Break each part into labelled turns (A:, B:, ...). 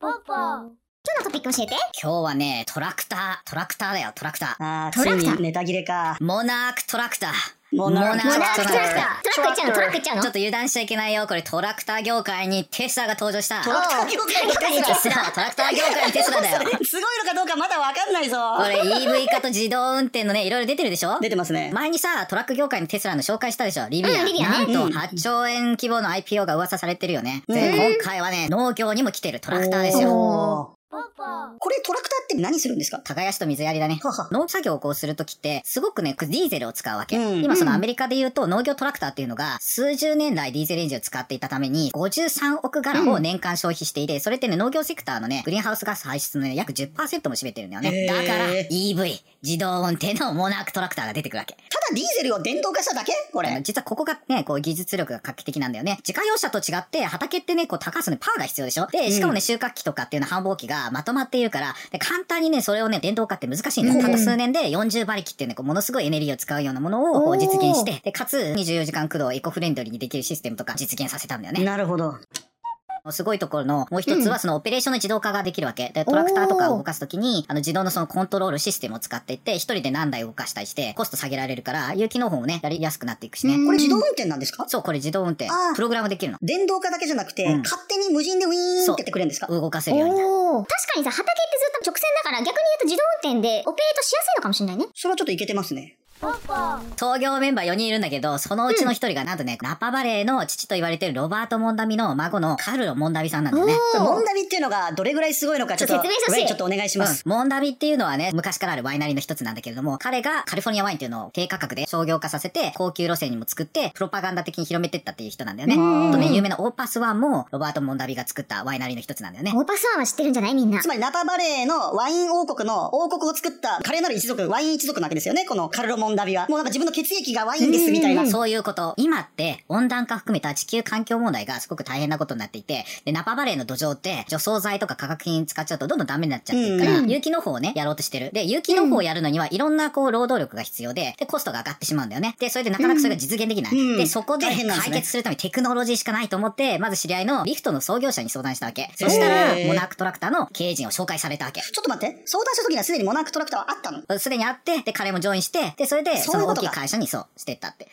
A: ポッポ今日のトピック教えて
B: 今日はね、トラクター、トラクターだよ、トラクター。
C: あー、
A: ト
C: つ
A: ラ
C: い
A: クター
C: にネタ切れか。
B: モナークトラクター。
C: モナーク
A: モ
B: モ
A: ナークトラクタートラック行っちゃうのトラック行っちゃう
B: ちょ
A: の
B: っと油断しちゃいけないよ。これトラクター業界にテスラが登場した。
C: トラクター業界に
B: テスラ、トラクター業界にテスラだよ。
C: すごいのかどうかまだわかんないぞ。
B: これ EV 化と自動運転のね、いろいろ出てるでしょ
C: 出てますね。
B: 前にさ、トラック業界のテスラの紹介したでしょリビア。
A: うんリビア
B: なん
A: ね
B: と
C: うん
B: 8兆円規模の IPO が噂されてるよね。
C: うん
B: で、今回はね、農業にも来てるトラクターですよ。
C: おーこれトラクターって何するんですか
B: 耕しと水やりだね
C: はは。
B: 農作業をこうするときって、すごくね、ディーゼルを使うわけ。
C: うん
B: 今そのアメリカで言うと農業トラクターっていうのが、数十年来ディーゼルエンジンを使っていたために、53億ガラを年間消費していて、それってね、農業セクターのね、グリーンハウスガス排出のね、約10%も占めてるんだよね。
C: へー
B: だから、EV、自動運転のモナークトラクターが出てくるわけ。
C: ただディーゼルを電動化しただけこ
B: あの
C: れ。
B: 実はここがね、こう技術力が画期的なんだよね。自家用車と違って畑ってね、こう高さのパーが必要でしょで、しかもね、収穫機とかっていうのは繁忙期がまとまっているから、で簡単にね、それをね、電動化って難しいんだよ。たった数年で40馬力っていうね、こうものすごいエネルギーを使うようなものをこ
C: お
B: う
C: ー
B: 実現して、で、かつ24時間駆動エコフレンドリーにできるシステムとか実現させたんだよね。
C: なるほど。
B: すごいところの、もう一つはそのオペレーションの自動化ができるわけ。で、トラクターとかを動かすときに、あの自動のそのコントロールシステムを使っていって、一人で何台動かしたりして、コスト下げられるから、有機能法もね、やりやすくなっていくしね。
C: これ自動運転なんですか
B: そう、これ自動運転
C: あ。ー
B: プログラムできるの。
C: 電動化だけじゃなくて、
B: うん
C: 勝手に無人でウィーンってやってくれるんですか
B: 動かせるようになる。
A: おー確かにさ畑ってずっと直線だから逆に言うと自動運転でオペレートしやすいのかもしれないね
C: それはちょっといけてますね。
B: 創業メンバー4人いるんだけど、そのうちの1人がなんとね、ナパバレーの父と言われてるロバート・モンダミの孫のカルロ・モンダミさんなんだよね。
C: それ
A: お
C: モンダビっていうのがどれぐらいすごいのかちょっと、
A: ちょっと説明してほしい
C: レイちょっとお願いします。
B: うんモンダビっていうのはね、昔からあるワイナリーの一つなんだけれども、彼がカリフォルニアワインっていうのを低価格で商業化させて、高級路線にも作って、プロパガンダ的に広めてったっていう人なんだよね。
C: うん
B: あとね、有名なオーパスワンも、ロバート・モンダビが作ったワイナリーの一つなんだよね。
A: オーパスワンは知ってるんじゃないみんな
C: つまりナパバレーのワイン王国の王国を作った華麗なる一族、ワイン一族なわけですよね、このカルロ・モンダビは。もうなんか自分の血液がワインですみたいな。
B: そういうこと。今って温暖化含めた地球環境問題がすごく大変なことになっていて、で、ナパバレーの土壌って除草剤とか化学品使っちゃうとどんどんダメになっちゃってるから、
A: うん
B: 有機農法をね、やろうとしてる。で、有機農法をやるのにはいろんなこう労働力が必要で、で、コストが上がってしまうんだよね。で、それでなかなかそれが実現できない。
C: うん
B: で、そこで
C: 大変なんです
B: 解
C: ね
B: 決するためにテクノロジーしかないと思って、まず知り合いのリフトの創業者に相談したわけ。そしたら、
C: へー
B: モナークトラクターの経営陣を紹介されたわけ。
C: ちょっと待って、相談した時にはすでにモナークトラクターはあったの
B: すでにあって、で、彼もジョインして、で、それで、
C: そ
B: そう
C: いう
B: の大
C: こと
B: きい
C: か
B: 会社にそう、してったって。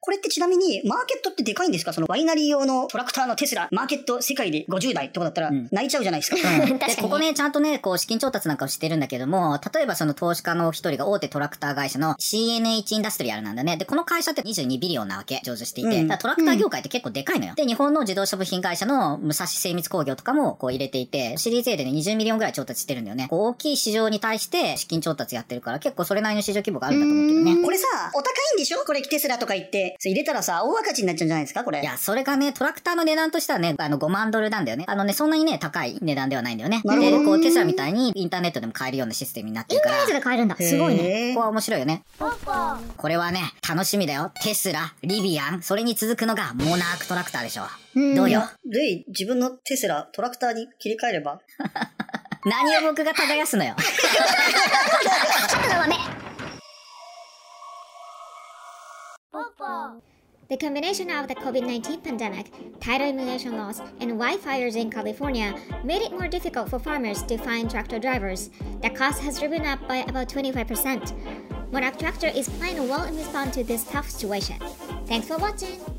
C: これってちなみに、マーケットってでかいんですかそのワイナリー用のトラクターのテスラ、マーケット世界で50台とかだったら
B: うん
C: 泣いちゃうじゃないですか。
A: 確かに
B: で、ここね、ちゃんとね、こう、資金調達なんかをしてるんだけども、例えばその投資家の一人が大手トラクター会社の CNH インダストリアルなんだよね。で、この会社って22ビリオンなわけ、上場していて。
C: うん
B: だからトラクター業界って結構でかいのよ。で、日本の自動車部品会社の武蔵精密工業とかもこう入れていて、シリーズ A でね、20ミリオンぐらい調達してるんだよね。こう大きい市場に対して資金調達やってるから、結構それなりの市場規模があるんだと思うけどね。
C: これさ、お高いんでしょこれテスラとか言って。それ入れたらさ、大赤字になっちゃうんじゃないですかこれ。
B: いや、それがね、トラクターの値段としてはね、あの、5万ドルなんだよね。あのね、そんなにね、高い値段ではないんだよね。
C: なるほど
B: で、こう、テスラみたいにインターネットでも買えるようなシステムになってるから。
A: サイズで変えるんだ
C: へー
A: すごいね
B: ここは面白いよね。これはね、楽しみだよ。テスラ、リビアン、それに続くのがモナークトラクターでしょ。
A: うん
B: どうよ。
C: レイ、自分のテスラ、トラクターに切り替えれば
B: 何を僕が耕すのよ。
A: ちょっとの豆
D: The combination of the COVID 19 pandemic, tighter immigration laws, and wildfires in California made it more difficult for farmers to find tractor drivers. The cost has driven up by about 25%. Monarch Tractor is playing well in response to this tough situation. Thanks for watching!